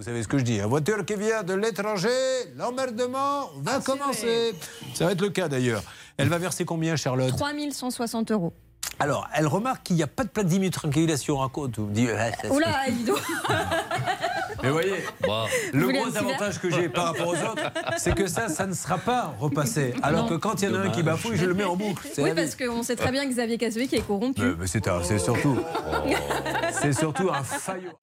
savez ce que je dis. La voiture qui vient de l'étranger, l'emmerdement va commencer. Ça va être le cas d'ailleurs. Elle va verser combien, Charlotte 3160 euros. Alors, elle remarque qu'il n'y a pas de plate d'immatriculation à côte. Vous dites, ah, ça se Oula, dis donc. Mais voyez, Bah, le voulez un gros petit verre avantage que j'ai par rapport aux autres, c'est que ça, ça ne sera pas repassé. Alors Non. que quand il y en a un qui bafouille, je le mets en boucle. C'est Oui, la vie. parce qu'on sait très bien que Xavier Cassevé qui est corrompu. Mais, mais c'est un- c'est surtout, c'est surtout un faillot.